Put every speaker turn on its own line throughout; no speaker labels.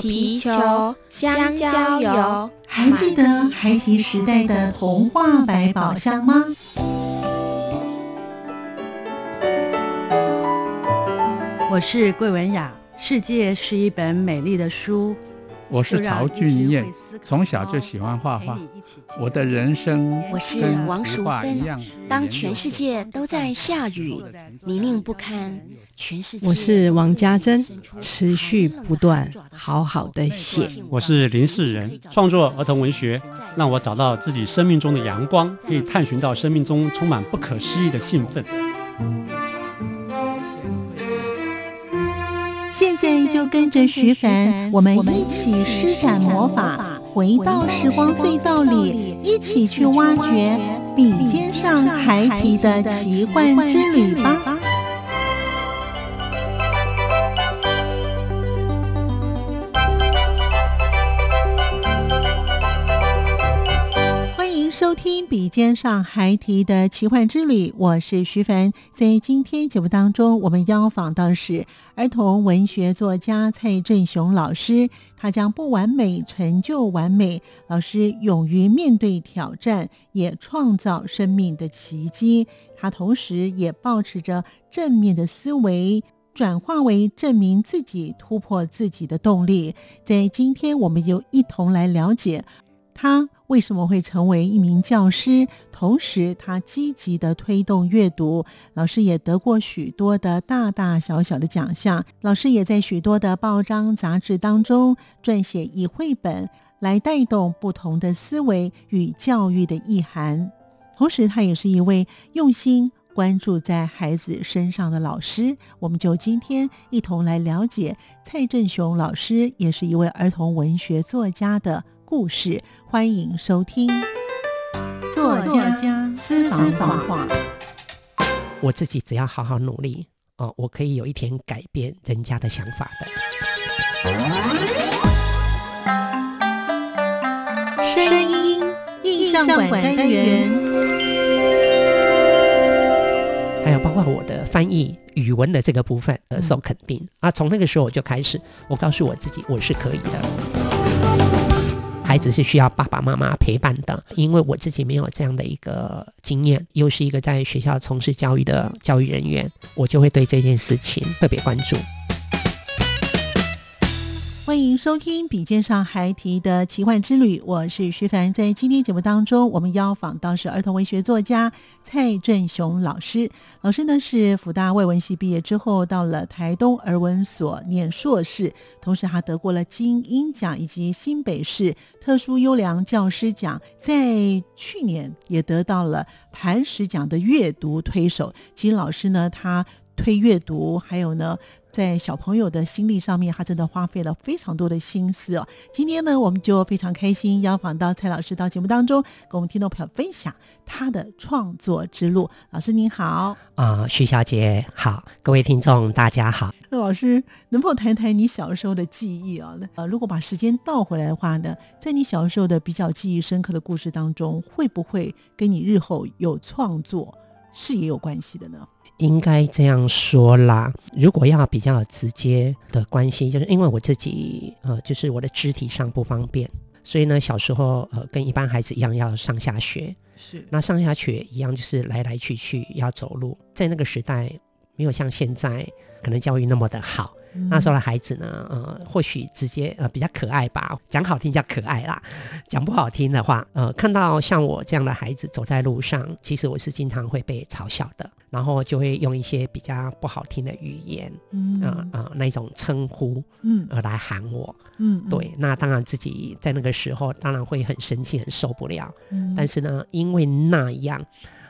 皮球、香蕉油。
还记得孩提时代的童话百宝箱吗？
我是桂文雅，世界是一本美丽的书。
我是曹俊彦，从小就喜欢画
哦
画。我的人生
哦我是王淑芬。当全世界都在下雨，泥泞不堪，全世界
我是王家珍，持续不断，好好的写。
我是林世仁，创作儿童文学，让我找到自己生命中的阳光，可以探寻到生命中充满不可思议的兴奋。
现在就跟着徐凡，我们一起施展魔法，回到时光隧道里，一起去挖掘笔尖上孩提的奇幻之旅吧！欢迎收听《笔尖上孩提的奇幻之旅》，我是徐凡。在今天节目当中，我们邀访到是。儿童文学作家蔡振雄老师，他将不完美成就完美。老师勇于面对挑战，也创造生命的奇迹。他同时也保持着正面的思维，转化为证明自己、突破自己的动力。在今天，我们就一同来了解他为什么会成为一名教师。同时，他积极的推动阅读。老师也得过许多的大大小小的奖项。老师也在许多的报章、杂志当中撰写以绘本来带动不同的思维与教育的意涵。同时，他也是一位用心关注在孩子身上的老师。我们就今天一同来了解蔡振雄老师，也是一位儿童文学作家的故事。欢迎收听。作家私房
我自己只要好好努力啊、哦，我可以有一天改变人家的想法
的。声音印象馆单元，
还有包括我的翻译语文的这个部分，呃，受肯定、嗯、啊。从那个时候我就开始，我告诉我自己，我是可以的。孩子是需要爸爸妈妈陪伴的，因为我自己没有这样的一个经验，又是一个在学校从事教育的教育人员，我就会对这件事情特别关注。
欢迎收听《笔尖上孩提的奇幻之旅》，我是徐凡。在今天节目当中，我们邀访到是儿童文学作家蔡振雄老师。老师呢是辅大外文系毕业之后，到了台东儿文所念硕士，同时他得过了金鹰奖以及新北市特殊优良教师奖，在去年也得到了磐石奖的阅读推手。其实老师呢，他推阅读，还有呢。在小朋友的心力上面，他真的花费了非常多的心思哦。今天呢，我们就非常开心邀访到蔡老师到节目当中，跟我们听众朋友分享他的创作之路。老师您好，啊、
呃，徐小姐好，各位听众大家好。
那老师能否谈谈你小时候的记忆啊？呃，如果把时间倒回来的话呢，在你小时候的比较记忆深刻的故事当中，会不会跟你日后有创作是也有关系的呢？
应该这样说啦，如果要比较直接的关系，就是因为我自己呃，就是我的肢体上不方便，所以呢，小时候呃跟一般孩子一样要上下学，
是
那上下学一样就是来来去去要走路，在那个时代没有像现在可能教育那么的好，嗯、那时候的孩子呢，呃，或许直接呃比较可爱吧，讲好听叫可爱啦，讲不好听的话，呃，看到像我这样的孩子走在路上，其实我是经常会被嘲笑的。然后就会用一些比较不好听的语言，嗯啊啊、呃呃、那种称呼，嗯，呃来喊我，嗯，嗯对，那当然自己在那个时候当然会很生气，很受不了，嗯，但是呢，因为那样，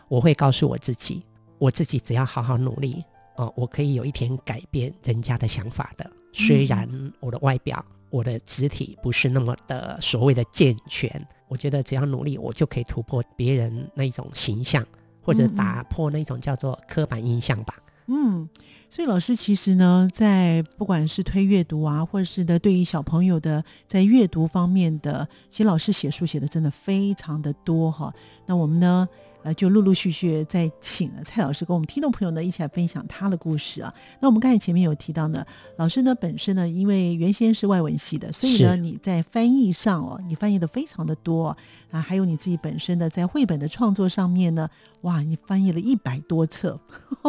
我会告诉我自己，我自己只要好好努力，哦、呃，我可以有一天改变人家的想法的。虽然我的外表、我的肢体不是那么的所谓的健全，我觉得只要努力，我就可以突破别人那一种形象。或者打破那种叫做刻板印象吧。
嗯，所以老师其实呢，在不管是推阅读啊，或者是的对于小朋友的在阅读方面的，其实老师写书写的真的非常的多哈。那我们呢，呃，就陆陆续续在请了蔡老师跟我们听众朋友呢一起来分享他的故事啊。那我们刚才前面有提到呢，老师呢本身呢，因为原先是外文系的，所以呢
是
你在翻译上哦，你翻译的非常的多啊，还有你自己本身的在绘本的创作上面呢，哇，你翻译了一百多册，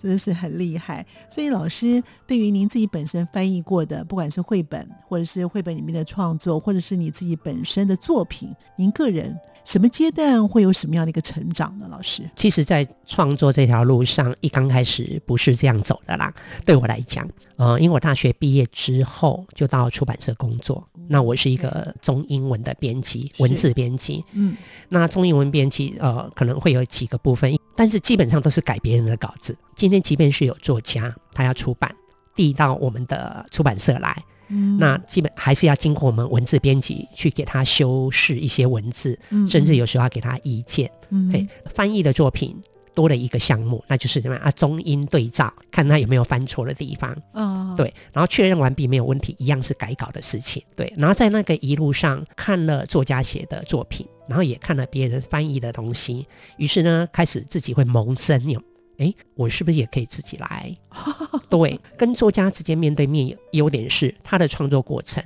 真的是很厉害。所以老师对于您自己本身翻译过的，不管是绘本，或者是绘本里面的创作，或者是你自己本身的作品，您个人什么阶段会有什么样的一个成长呢？老师，
其实，在创作这条路上，一刚开始不是这样走的啦。对我来讲，呃，因为我大学毕业之后就到出版社工作，那我是一个中英文的编辑，
是
文字编辑。
嗯，
那中英文编辑呃，可能会有几个部分，但是基本上都是改别人的稿子。今天即便是有作家，他要出版，递到我们的出版社来，
嗯
那基本还是要经过我们文字编辑去给他修饰一些文字，甚至有时候要给他意见。
嗯
嘿，翻译的作品多了一个项目，那就是什么啊？中英对照，看他有没有翻错的地方。
啊，
对，然后确认完毕没有问题，一样是改稿的事情。对，然后在那个一路上看了作家写的作品，然后也看了别人翻译的东西，于是呢，开始自己会萌生有。哎，我是不是也可以自己来？对，跟作家之间面对面有优点是他的创作过程，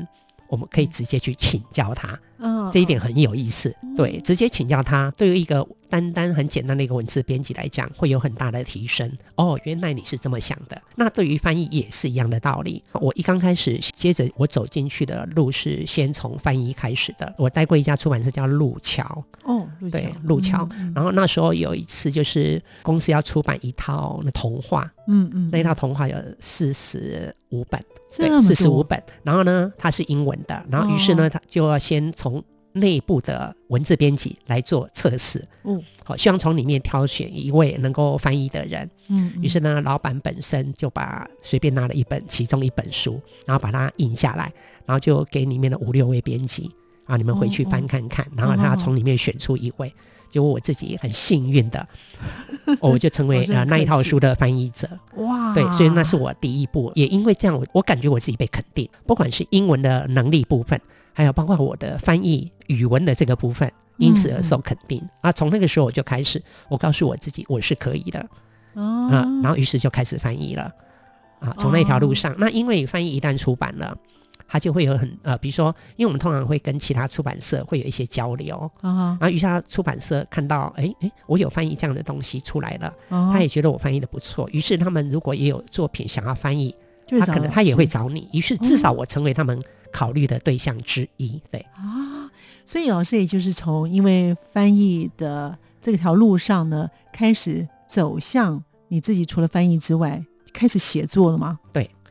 我们可以直接去请教他。
嗯，
这一点很有意思。对，直接请教他，对于一个单单很简单的一个文字编辑来讲，会有很大的提升。哦，原来你是这么想的。那对于翻译也是一样的道理。我一刚开始，接着我走进去的路是先从翻译开始的。我待过一家出版社叫路桥，
哦，路
对
桥，
路桥。
嗯
然后那时候有一次，就是公司要出版一套那童话，
嗯嗯，
那一套童话有四十五本。
这么
四十五
多，
本。然后呢，它是英文的，然后于是呢，
哦
他就要先从内部的文字编辑来做测试。
嗯，
好，希望从里面挑选一位能够翻译的人。
嗯，嗯
于是呢，老板本身就把随便拿了一本其中一本书，然后把它印下来，然后就给里面的五六位编辑啊，你们回去
哦
翻看看，然后他从里面选出一位。结果我自己很幸运 的，哦我就成为
老师
呃
很
那一
客
套
气
书的翻译者。
哇，
对，所以那是我第一步，也因为这样我，我感觉我自己被肯定，不管是英文的能力部分，还有包括我的翻译语文的这个部分，因此而受肯定、啊。从那个时候我就开始，我告诉我自己我是可以的
哦
啊，然后于是就开始翻译了啊。从那条路上，那因为翻译一旦出版了。它就会有很呃，比如说，因为我们通常会跟其他出版社会有一些交流，
啊
然后于是他出版社看到，哎哎，我有翻译这样的东西出来了，
哈，
他也觉得我翻译的不错，于是他们如果也有作品想要翻译，
他
他可能他也会找你，于
哦
是至少我成为他们考虑的对象之一。对，
啊，所以老师也就是从因为翻译的这条路上呢，开始走向你自己除了翻译之外，开始写作了吗？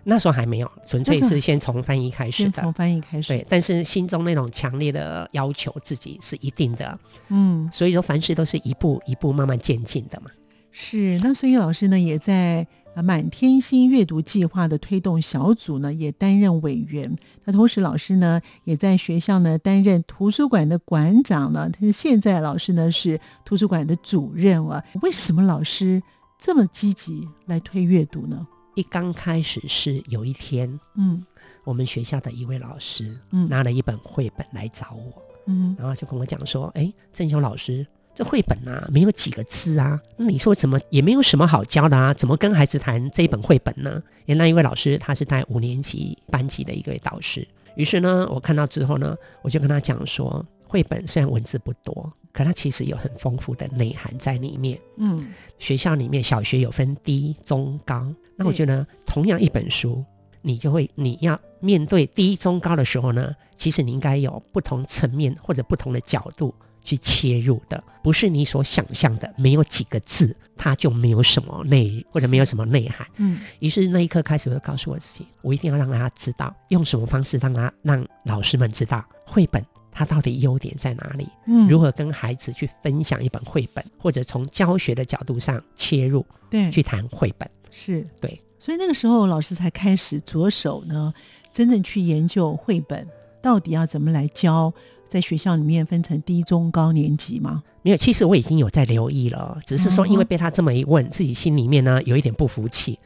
那时候还没有，纯粹
那时候
是先从翻译开始
先从
的。
翻译开始，
对，但是心中那种强烈的要求自己是一定的，
嗯，
所以说凡事都是一步一步慢慢渐进的嘛。
是。那所以老师呢，也在啊满天星阅读计划的推动小组呢，也担任委员。那同时，老师呢也在学校呢担任图书馆的馆长了。但是现在老师呢是图书馆的主任了。为什么老师这么积极来推阅读呢？
一刚开始是有一天，
嗯
我们学校的一位老师
嗯
拿了一本绘本来找我，
嗯
然后就跟我讲说：“哎，郑雄老师，这绘本啊，没有几个字啊，那你说怎么也没有什么好教的啊？怎么跟孩子谈这一本绘本呢？”原来一位老师他是带五年级班级的一位导师，于是呢，我看到之后呢，我就跟他讲说，绘本虽然文字不多，可它其实有很丰富的内涵在里面。
嗯，
学校里面小学有分低、中、高，那我觉得同样一本书，你就会你要面对低、中、高的时候呢，其实你应该有不同层面或者不同的角度去切入的，不是你所想象的，没有几个字，它就没有什么内或者没有什么内涵。
嗯
于是那一刻开始，我就告诉我自己，我一定要让他知道，用什么方式让他让老师们知道绘本它到底优点在哪里。
嗯，
如何跟孩子去分享一本绘本，或者从教学的角度上切入
对
去谈绘本。
是
对，
所以那个时候老师才开始着手呢，真正去研究绘本到底要怎么来教，在学校里面分成低、中、高年级嘛。
没有，其实我已经有在留意了，只是说因为被他这么一问，自己心里面呢有一点不服气。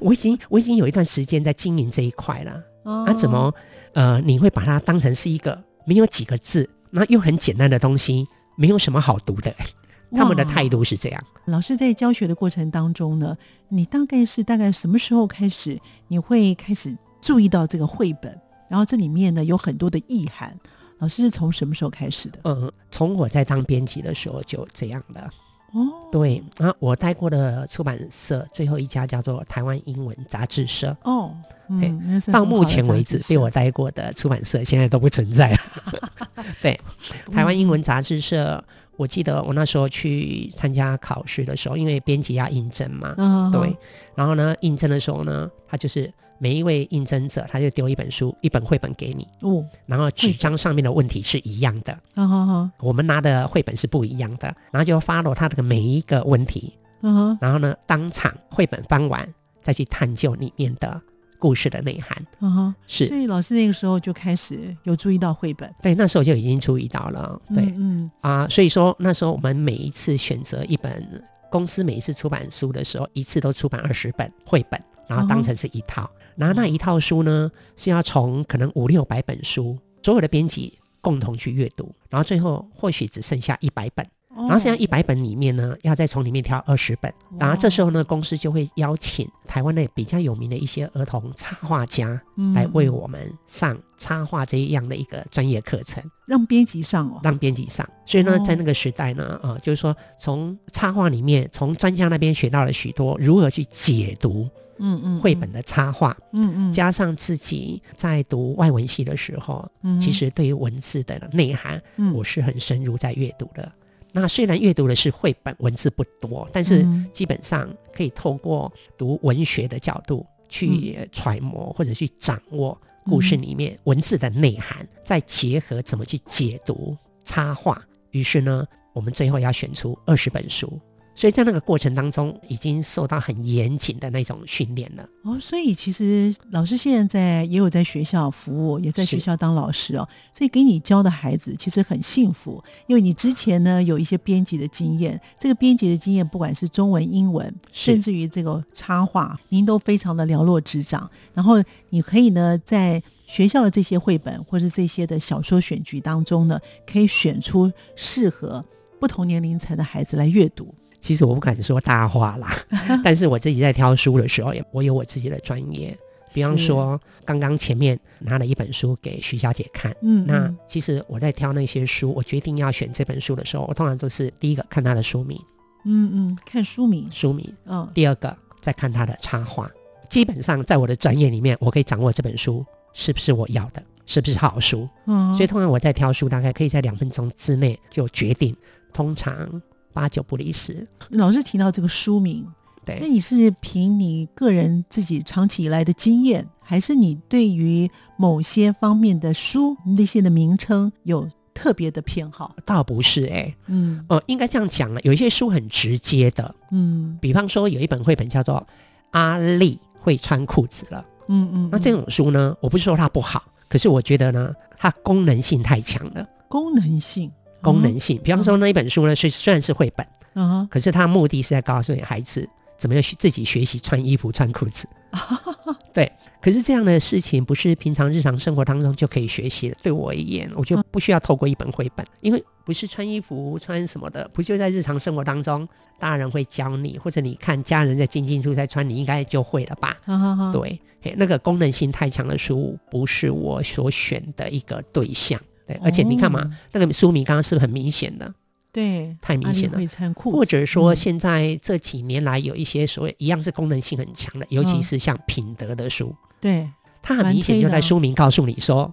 我已经我已经有一段时间在经营这一块了，
啊
啊，怎么呃你会把它当成是一个没有几个字，那又很简单的东西，没有什么好读的，他们的态度是这样。
老师在教学的过程当中呢，你大概是大概什么时候开始，你会开始注意到这个绘本，然后这里面呢有很多的意涵。老师是从什么时候开始的？
嗯，从我在当编辑的时候就这样了。
哦，
对啊，我待过的出版社最后一家叫做台湾英文杂志社。
哦，嗯，
到目前为止被我待过的出版社现在都不存在了。对，台湾英文杂志社，我记得我那时候去参加考试的时候，因为编辑要应征嘛，
嗯
对，然后呢，应征的时候呢，他就是每一位应征者，他就丢一本书、一本绘本给你，
哦，
然后纸张上面的问题是一样的，
嗯哼哼，
我们拿的绘本是不一样的，然后就 follow 他的每一个问题，
嗯哼，
然后呢，当场绘本翻完，再去探究里面的故事的内涵。
嗯哼。所
是
以老师那个时候就开始有注意到绘本，
对，那时候就已经注意到了，对
嗯
啊、所以说那时候我们每一次选择一本公司每一次出版书的时候，一次都出版二十本绘本，然后当成是一套，然后那一套书呢是要从可能五六百本书所有的编辑共同去阅读，然后最后或许只剩下一百本。
嗯，
然后剩下
哦
一百本里面呢，要再从里面挑二十本。然后这时候呢，公司就会邀请台湾的比较有名的一些儿童插画家来为、
嗯
我们上插画这样的一个专业课程，
让编辑上哦，
让编辑上。所以呢
哦，
在那个时代呢，啊、就是说从插画里面，从专家那边学到了许多如何去解读
嗯嗯，
绘本的插画，
嗯，嗯嗯，
加上自己在读外文系的时候，
嗯
其实对于文字的内涵
嗯
我是很深入在阅读的。那虽然阅读的是绘本，文字不多，但是
嗯
基本上可以透过读文学的角度
嗯
去揣摩或者去掌握故事里面文字的内涵，再结合怎么去解读插画。于是呢，我们最后要选出二十本书。所以在那个过程当中，已经受到很严谨的那种训练了。
哦，所以其实老师现在也有在学校服务，也在学
是
校当老师哦，所以给你教的孩子其实很幸福，因为你之前呢有一些编辑的经验，这个编辑的经验不管是中文、英文，
是
甚至于这个插画，您都非常的了若指掌。然后你可以呢在学校的这些绘本或是这些的小说选举当中呢，可以选出适合不同年龄层的孩子来阅读。
其实我不敢说大话 啦，但是我自己在挑书的时候，也我有我自己的专业。比方
是
说，刚刚前面拿了一本书给徐小姐看，
嗯，
那
嗯
其实我在挑那些书，我决定要选这本书的时候，我通常都是第一个看它的书名，
嗯嗯，看书名，
书名；
嗯
第二个再看它的插画。基本上在我的专业里面，我可以掌握这本书是不是我要的，是不是好书。
嗯，
所以通常我在挑书，大概可以在两分钟之内就决定，通常八九不离十。
老师提到这个书名，
对，
那你是凭你个人自己长期以来的经验，还是你对于某些方面的书那些的名称有特别的偏好？
倒不是哎、
嗯
呃，应该这样讲了，有一些书很直接的，
嗯
比方说有一本绘本叫做《阿丽会穿裤子了》，
嗯嗯，
那这
种
种书呢，我不是说它不好，可是我觉得呢，它功能性太强了。
功能性，
功能性，比方说那一本书呢，虽虽然是绘本，
嗯
可是它目的是在告诉你孩子怎么样去自己学习穿衣服、穿裤子。对，可是这样的事情不是平常日常生活当中就可以学习的。对我而言，我就不需要透过一本绘本，因为不是穿衣服、穿什么的，不就在日常生活当中，大人会教你，或者你看家人在进进出出在穿，你应该就会了吧？
哈啊哈哈，
对，嘿那个功能性太强的书不是我所选的一个对象。对
哦，
而且你看嘛，那个书名刚刚是不是很明显的？
对，
太明
阿丽
显了
会穿裤子，
或者说，
嗯
现在这几年来有一些所谓一样是功能性很强的，尤
嗯
其是像品德的书，
对，
它很明显就在书名告诉你说，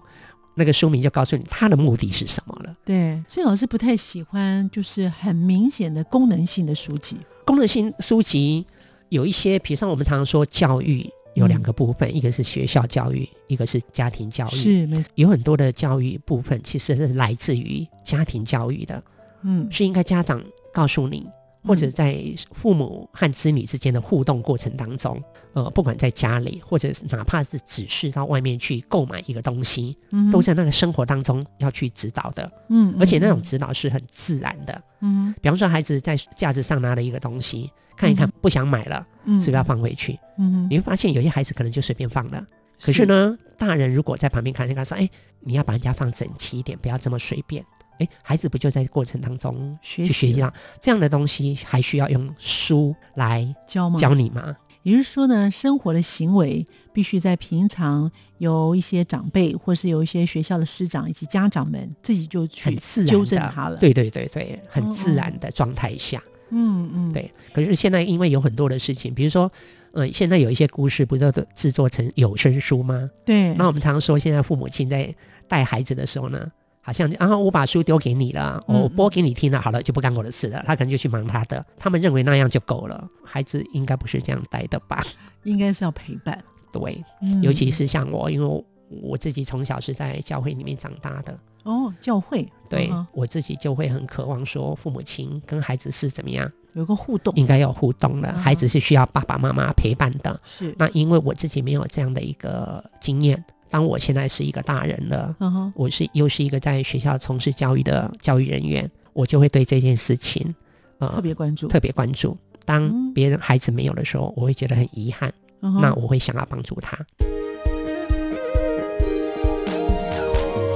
那个书名就告诉你它的目的是什么了。
对，所以老师不太喜欢，就是很明显的功能性的书籍。
功能性书籍有一些，比如像我们常常说教育有两个部分，一个是学校教育，一个是家庭教育。
嗯是没错，
有很多的教育部分其实是来自于家庭教育的，
嗯，
是应该家长告诉你，或者在父母和子女之间的互动过程当中，呃，不管在家里，或者是哪怕是只是到外面去购买一个东西，
嗯
都在那个生活当中要去指导的，
嗯，嗯，
而且那种
嗯
指导是很自然的。
嗯
比方说，孩子在架子上拿了一个东西，看一看
嗯
不想买了，
嗯，
是不是要放回去？
嗯，
你会发现有些孩子可能就随便放了。可是呢，大人如果在旁边看，就跟他说：“哎，你要把人家放整齐一点，不要这么随便。”哎，孩子不就在过程当中
学
去学
习
习到这样的东西，还需要用书来
教吗？
教你吗？
也就是说呢，生活的行为必须在平常由一些长辈，或是有一些学校的师长以及家长们自己就去
很自
纠
然
正
的
他了。，
对对对对，
哦
很
哦
自然的状态下，
嗯嗯，
对。可是现在因为有很多的事情，比如说，呃，现在有一些故事不是都制作成有声书吗？
对，
那我们常说，现在父母亲在带孩子的时候呢，好像就啊，我把书丢给你了，
嗯
我播给你听了，好了，就不干我的事了，他可能就去忙他的，他们认为那样就够了。孩子应该不是这样带的吧？
应该是要陪伴，
对，
嗯
尤其是像我，因为我我自己从小是在教会里面长大的，
哦，教会
对、
嗯哼
我自己就会很渴望说，父母亲跟孩子是怎么样，
有个互动
应该要互动的，
嗯
孩子是需要爸爸妈妈陪伴的。
是，
那因为我自己没有这样的一个经验，当我现在是一个大人了。
嗯哼，
我是又是一个在学校从事教育的教育人员，我就会对这件事情，呃，
特别关注，
特别关注。
嗯
当别人孩子没有的时候，我会觉得很遗憾，
嗯哼
那我会想要帮助他。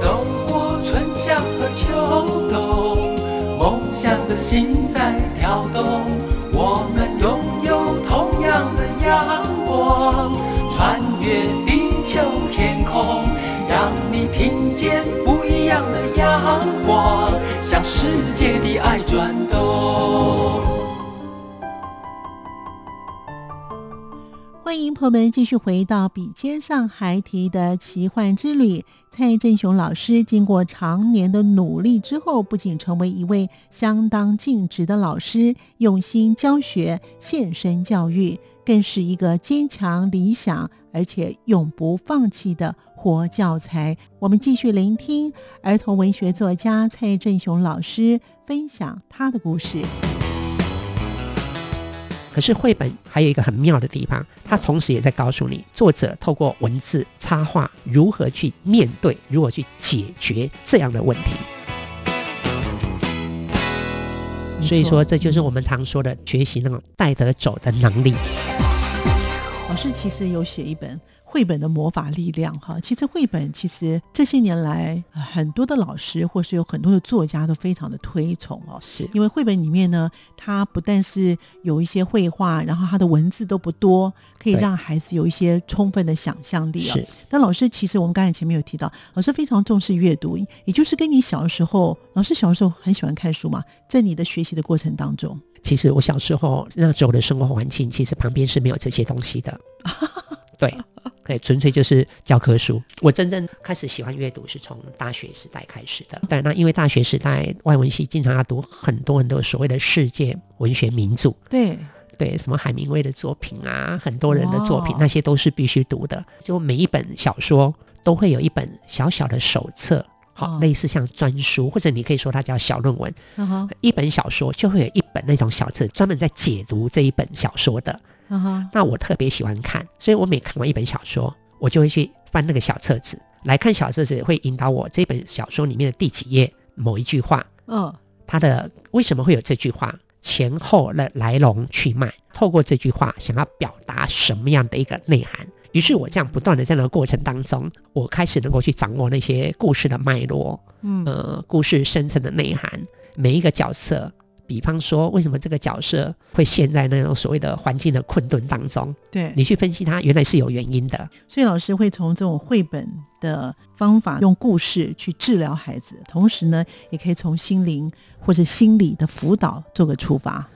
走过春夏和秋冬，梦想的心在跳动。我们拥有同样的阳光，穿越地球天空，让你听见不一样的阳光，向世界的爱转动。
欢迎朋友们继续回到《笔尖上孩提的奇幻之旅》。蔡振雄老师经过常年的努力之后，不仅成为一位相当尽职的老师，用心教学、献身教育，更是一个坚强、理想而且永不放弃的活教材。我们继续聆听儿童文学作家蔡振雄老师分享他的故事。
可是绘本还有一个很妙的地方，它同时也在告诉你，作者透过文字插画如何去面对，如何去解决这样的问题。所以说，这就是我们常说的学习那种带得走的能力。
老师其实有写一本绘本的魔法力量哈，其实绘本其实这些年来呃很多的老师或是有很多的作家都非常的推崇哦。
是
因为绘本里面呢，它不但是有一些绘画，然后它的文字都不多，可以
对
让孩子有一些充分的想象力哦。
是，
但老师其实我们刚才前面有提到，老师非常重视阅读，也就是跟你小的时候，老师小的时候很喜欢看书嘛，在你的学习的过程当中，
其实我小时候那时候的生活环境，其实旁边是没有这些东西的。 对，对，纯粹就是教科书。我真正开始喜欢阅读是从大学时代开始的。对，那因为大学时代外文系经常要读很多很多所谓的世界文学名著，
对，
对，什么海明威的作品啊，很多人的作品
哇，
那些都是必须读的。就每一本小说都会有一本小小的手册。好，
哦
类似像专书，或者你可以说它叫小论文，
嗯哼，
一本小说就会有一本那种小册，专门在解读这一本小说的。
嗯哼，
那我特别喜欢看，所以我每看完一本小说，我就会去翻那个小册子来看小册子，会引导我这本小说里面的第几页某一句话，
嗯，
它的为什么会有这句话，前后的来龙去脉，透过这句话想要表达什么样的一个内涵。于是我这样不断的在那个过程当中，我开始能够去掌握那些故事的脉络，
嗯
呃，故事深层的内涵，每一个角色，比方说为什么这个角色会陷在那种所谓的环境的困顿当中，
对，
你去分析它原来是有原因的，
所以老师会从这种绘本的方法，用故事去治疗孩子，同时呢，也可以从心灵或者心理的辅导做个出发。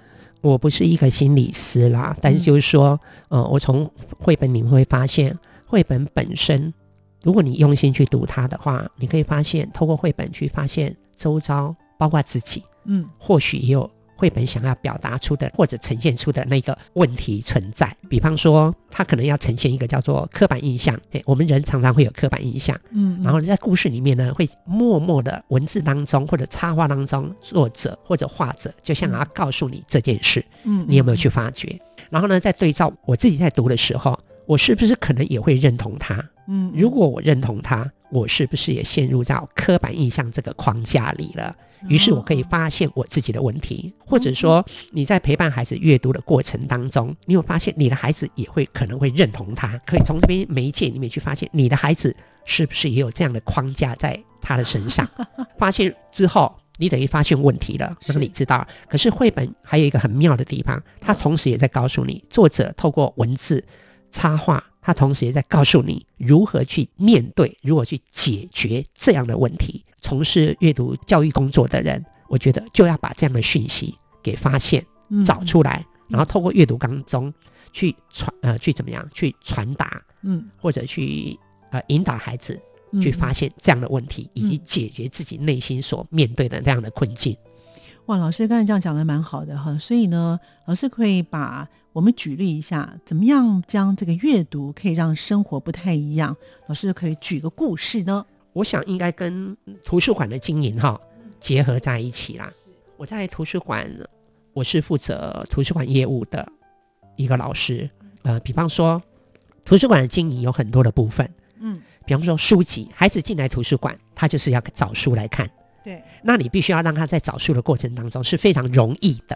我不是一个心理师啦，但是就是说，呃，我从绘本里面会发现，绘本本身，如果你用心去读它的话，你可以发现，透过绘本去发现周遭，包括自己，
嗯，
或许也有绘本想要表达出的或者呈现出的那个问题存在。比方说，它可能要呈现一个叫做刻板印象，诶，我们人常常会有刻板印象，
嗯
然后在故事里面呢，会默默的文字当中或者插画当中，作者或者画者就想要告诉你这件事，
嗯
你有没有去发掘？然后呢，再对照我自己在读的时候，我是不是可能也会认同它？
嗯
如果我认同它，我是不是也陷入到刻板印象这个框架里了？于是我可以发现我自己的问题，
哦
或者说你在陪伴孩子阅读的过程当中，你有发现你的孩子也会可能会认同他，可以从这边媒介里面去发 现你的孩子是不是也有这样的框架在他的身上。发现之后，你等于发现问题了，让你知道。可是绘本还有一个很妙的地方，它同时也在告诉你，作者透过文字、插画，它同时也在告诉你如何去面对，如何去解决这样的问题。从事阅读教育工作的人，我觉得就要把这样的讯息给发现、
嗯
找出来，然后透过阅读当中去传呃去怎么样去传达，
嗯
或者去呃引导孩子
嗯
去发现这样的问题，以及
嗯
解决自己内心所面对的这样的困境。
哇，老师刚才这样讲的蛮好的哈，所以呢，老师可以把我们举例一下，怎么样将这个阅读可以让生活不太一样？老师可以举个故事呢？
我想应该跟图书馆的经营哈、结合在一起啦。我在图书馆，我是负责图书馆业务的一个老师。
嗯
呃，比方说，图书馆的经营有很多的部分，
嗯，
比方说书籍，孩子进来图书馆，他就是要找书来看。
对，
那你必须要让他在找书的过程当中是非常容易的。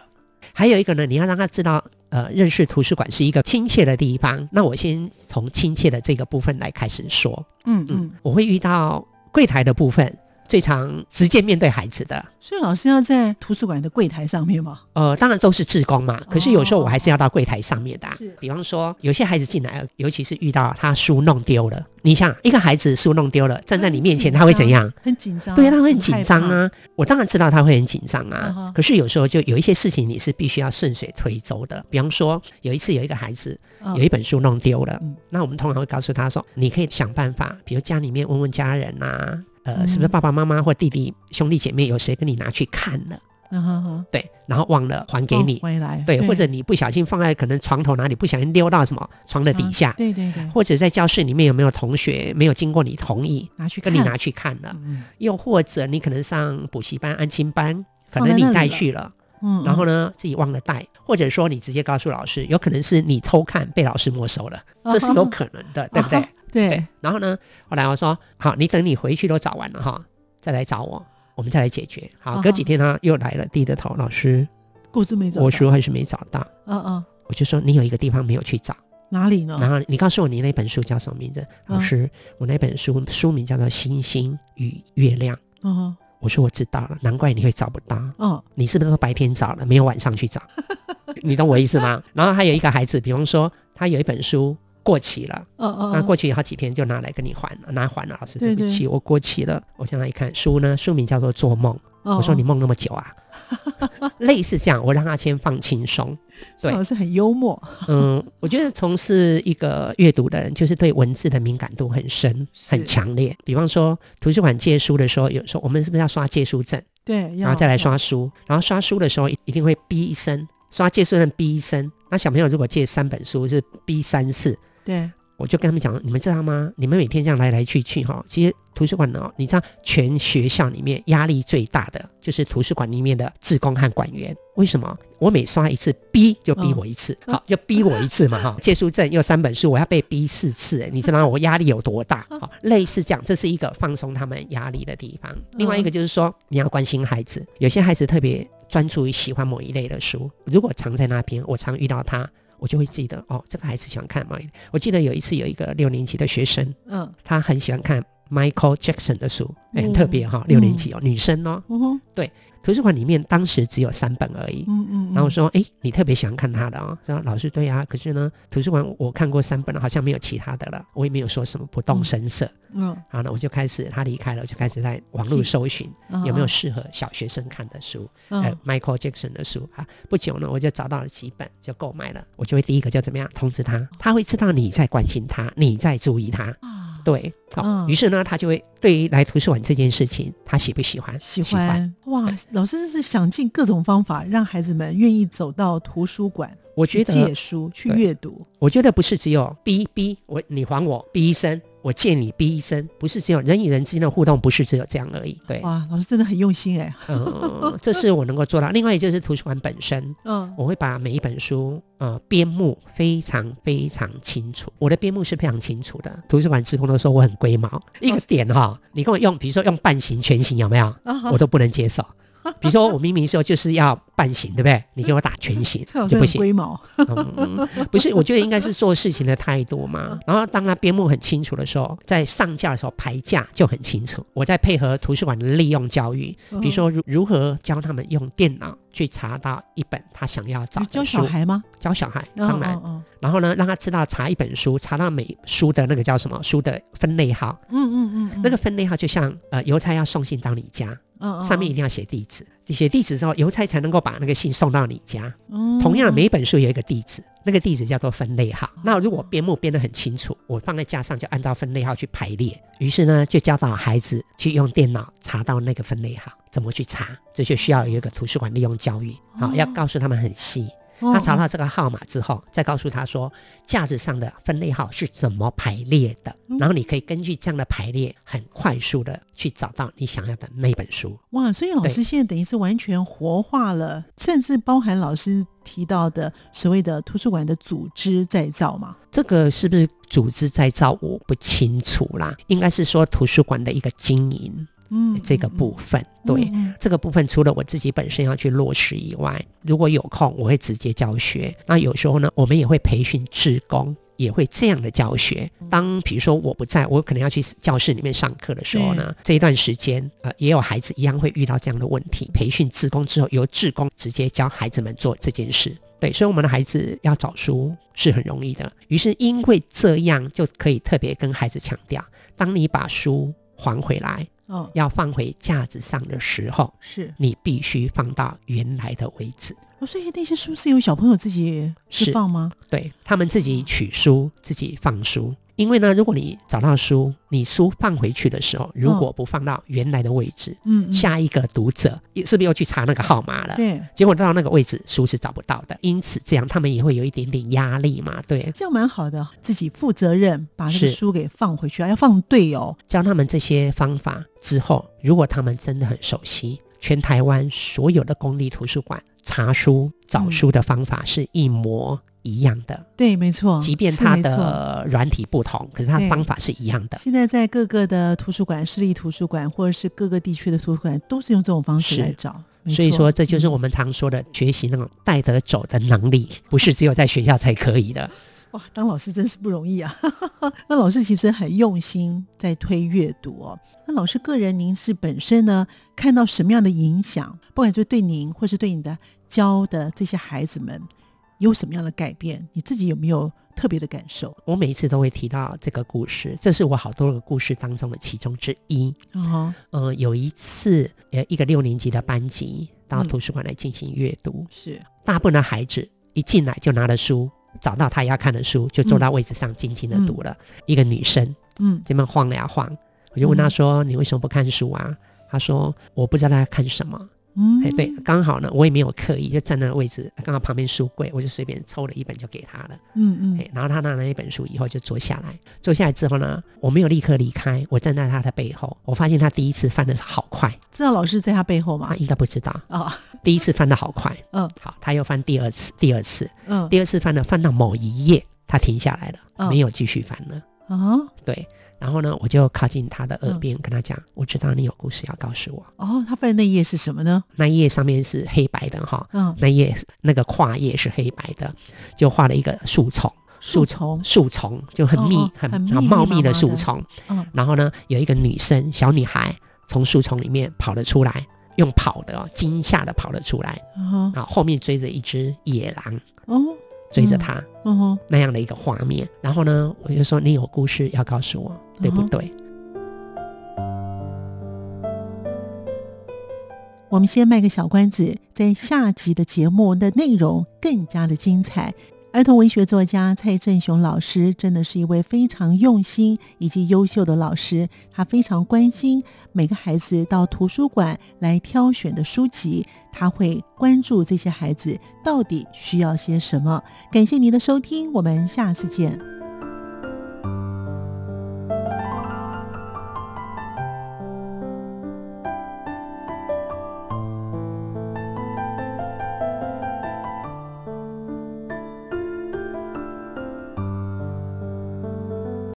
还有一个呢，你要让他知道，呃，认识图书馆是一个亲切的地方。那我先从亲切的这个部分来开始说。
嗯
嗯
嗯，，
我会遇到柜台的部分，最常直接面对孩子的，
所以老师要在图书馆的柜台上面嘛，
呃，当然都是志工嘛，可是有时候我还是要到柜台上面的、啊
哦是。
比方说，有些孩子进来，尤其是遇到他书弄丢了，你想一个孩子书弄丢了，站在你面前，
他
他
很
会
紧张
怎样？
很紧张，
对啊，他会很紧张
害
啊。我当然知道他会很紧张啊。
嗯哼
可是有时候就有一些事情你是必须要顺水推舟的。比方说，有一次有一个孩子
怕，嗯
有一本书弄丢了，
嗯
那我们通常会告诉他说，你可以想办法，比如家里面问问家人啊，呃，
嗯
是不是爸爸妈妈或弟弟兄弟姐妹有谁跟你拿去看了？
嗯哼哼，
对，然后忘了还给
放
你，
回来，
对，或者你不小心放在可能床头哪里，不小心溜到什么床的底下，
啊对对对，
或者在教室里面有没有同学没有经过你同意
拿去
跟你
看
拿去看了？
嗯
又或者你可能上补习班、安亲班，反
放在
正你
那里
带
了
去了，
嗯，
然后
呢，
呢自己忘了带，或者说你直接告诉老师，有可能是你偷看被老师没收了，这是有可能的，对不对
啊？嗯
哎
哦 对，
然后呢，后来我说好，你等你回去都找完了哈，再来找我，我们再来解决。
啊
好，
哈
隔几天他又来了，低着头，老师，
故事没找到，
我书还是没找到。
嗯嗯，
我就说你有一个地方没有去找，
哪里呢？
然后你告诉我你那本书叫什么名字？老
嗯
师，我那本书书名叫做《星星与月亮》。
嗯哼
我说我知道了，难怪你会找不到。
嗯
你是不是都白天找了，没有晚上去找？ 你懂我意思吗？然后还有一个孩子，比方说他有一本书过期了，
嗯嗯，
那
嗯
过去好几天就拿来跟你还了，拿还了。老师，
对
哦对不起，我过期了。我现在一看书呢，书名叫做《做梦》，
嗯
我说
嗯
你梦那么久啊， 类似这样，我让他先放轻 松。对
老师很幽默，
嗯，我觉得从事一个阅读的人，就是对文字的敏感度很深、
是
很强烈。比方说图书馆借书的时候，有时候我们是不是要刷借书证？
对，
然
然
后再来刷书，然后刷书的时候一一定会逼一声，刷借书人逼一声。那小朋友如果借三本书是逼三次，
对，
我就跟他们讲，你们知道吗？你们每天这样来来去去哈，其实图书馆呢，你知道全学校里面压力最大的就是图书馆里面的志工和馆员。为什么？我每刷一次逼就逼我一次，好就逼我一次嘛哈。借书证又三本书，我要被逼四次，哎你知道我压力有多大？
哦
好，类似这样，这是一个放松他们压力的地方。另外一个就是说，你要关心孩子，有些孩子特别专注于喜欢某一类的书，如果藏在那边，我常遇到他。我就会记得哦，这个孩子喜欢看某一我记得有一次有一个六年级的学生，
嗯
她很喜欢看 Michael Jackson 的书，哎、很
嗯
特别哈、六年级哦，女生哦。
嗯哼
图书馆里面当时只有三本而已。
嗯嗯，
然后我说，哎、你特别喜欢看他的哦。说老师对啊，可是呢，图书馆我看过三本了，好像没有其他的了。我也没有说什么不动声色。
嗯
好，那我就开始，他离开了，我就开始在网络搜寻
嗯
有没有适合小学生看的书。呃
嗯
，Michael Jackson 的书啊，不久呢，我就找到了几本，就购买了。我就会第一个就怎么样通知他，他会知道你在关心他，你在注意他。
啊，
对，好、
嗯
于是呢，他就会对于来图书馆这件事情，他喜不喜欢？
喜欢哇，老师真是想尽各种方法让孩子们愿意走到图书馆
我
去
觉
借
得，
书、去
对
阅读，
我觉得不是只有逼逼我，你还我逼一声，我借你逼一声，不是只有人与人之间的互动，不是只有这样而已。对，
哇，老师真的很用心哎，
嗯，这是我能够做到。另外就是图书馆本身，
嗯
我会把每一本书呃编目非常非常清楚，我的编目是非常清楚的。图书馆职工都说我很龟毛，一个点哈、你跟我用，比如说用半形、全形有没有，
啊
我都不能接受。比如说我明明说就是要半形，对不对？你给我打全形
蔡老师
就不
很
行。
龟毛，
嗯，不是，我觉得应该是做事情的态度
嗯
嘛。然后当他边牧很清楚的时候，在上架的时候排架就很清楚。我在配合图书馆的利用教育，
嗯
比如说如如何教他们用电脑去查到一本他想要找
你
的
教
书，
小孩吗？
教小孩，当然。
哦，哦哦
然后呢，让他知道查一本书，查到每书的那个叫什么书的分类号，
嗯嗯嗯嗯，
那个分类号就像呃邮差要送信到你家，
个
上面一定要写地址，你写地址之后，邮差才能够把那个信送到你家。同
同
样，每一本书有一个地址，那个地址叫做分类号。那如果编目编得很清楚，我放在架上就按照分类号去排列。于是呢，就教导孩子去用电脑查到那个分类号，怎么去查，这就需要有一个图书馆利用教育，好、
哦
要告诉他们很细。他查到这个号码之后，再告诉他说架子上的分类号是怎么排列的，然后你可以根据这样的排列，很快速的去找到你想要的那本书。
哇，所以老
对
师现在等于是完全活化了，甚至包含老师提到的所谓的图书馆的组织再造嘛。
这个是不是组织再造，我不清楚啦。应该是说图书馆的一个经营
嗯
哎这个部分，对。
嗯
这个部分除了我自己本身要去落实以外，如果有空我会直接教学。那有时候呢，我们也会培训志工，也会这样的教学。当比如说我不在，我可能要去教室里面上课的时候呢，这一段时间呃，也有孩子一样会遇到这样的问题。培训志工之后，由志工直接教孩子们做这件事。对，所以我们的孩子要找书是很容易的。于是因为这样，就可以特别跟孩子强调：当你把书还回来，
哦，
要放回架子上的时候，
是、
你必须放到原来的位置。
哦，所以那些书是由小朋友自己释
是
放吗？
对他们自己取书，自己放书。因为呢，如果你找到书，你书放回去的时候，如果不放到原来的位置，
嗯，嗯
下一个读者是不是又去查那个号码了？
对，
结果到那个位置，书是找不到的。因此，这样他们也会有一点点压力嘛。对，
这样蛮好的，自己负责任把那个
是
书给放回去，还要放对哦。
教他们这些方法之后，如果他们真的很熟悉，全台湾所有的公立图书馆查书
嗯
找书的方法是一模一样的。
对，没错，
即便
哦是
它
没错
的软体不同，可是它
对
方法是一样的。
现在在各个的图书馆、市立图书馆或者是各个地区的图书馆，都是用这种方式
是
来找。没
所以
错嗯
说，这就是我们常说的学习那种带得走的能力，不是只有在学校才可以的。
哇，当老师真是不容易啊！ 那老师其实很用心在推阅读哦。那老师个人，您是本身呢看到什么样的影响，不管是对您或是对你的教的这些孩子们，有什么样的改变？你自己有没有特别的感受？
我每一次都会提到这个故事，这是我好多个故事当中的其中之一。
哦，
呃，有一次，呃，一个六年级的班级到
嗯
图书馆来进行阅读，
是
大部分的孩子一进来就拿了书，找到他要看的书，就坐到位置上静静的读了。一个女生
嗯
这么晃了呀晃，我就问她说：“你为什么不看书啊？”她说：“我不知道她看什么。”
嗯
哎，对，刚好呢，我也没有刻意，就站那个位置，刚好旁边书柜，我就随便抽了一本就给他了。
嗯嗯
哎，然后他拿了一本书以后就坐下来，坐下来之后呢，我没有立刻离开，我站在他的背后，我发现他第一次翻的好快，
知道老师在他背后吗
他？应该不知道，
哦，
第一次翻的好快，
嗯
好，他又翻第二次，第二次，
嗯
第二次翻了，翻到某一页，他停下来
嗯
了，没有继续翻了，
啊
对。然后呢，我就靠近他的
嗯
耳边跟他讲，我知道你有故事要告诉我。
哦，他翻的那页是什么呢？
那一页上面是黑白的哈，
嗯，
那页那个跨页是黑白的，就画了一个树丛，
树丛，
树丛就很
哦
密、
哦
很
很密
很
密
茂
麻
密的
麻
树
的
丛。
嗯
然后呢，有一个女生小女孩从树丛里面跑了出来，用跑的哦，惊吓的跑了出来，
啊
然后后面追着一只野狼，
哦
追着
嗯
她、
哦
那样的一个画面。然后呢，我就说你有故事要告诉我，对不
嗯哼
对？
我们先卖个小关子，在下集的节目的内容更加的精彩。儿童文学作家蔡振雄老师真的是一位非常用心以及优秀的老师，他非常关心每个孩子到图书馆来挑选的书籍，他会关注这些孩子到底需要些什么。感谢您的收听，我们下次见。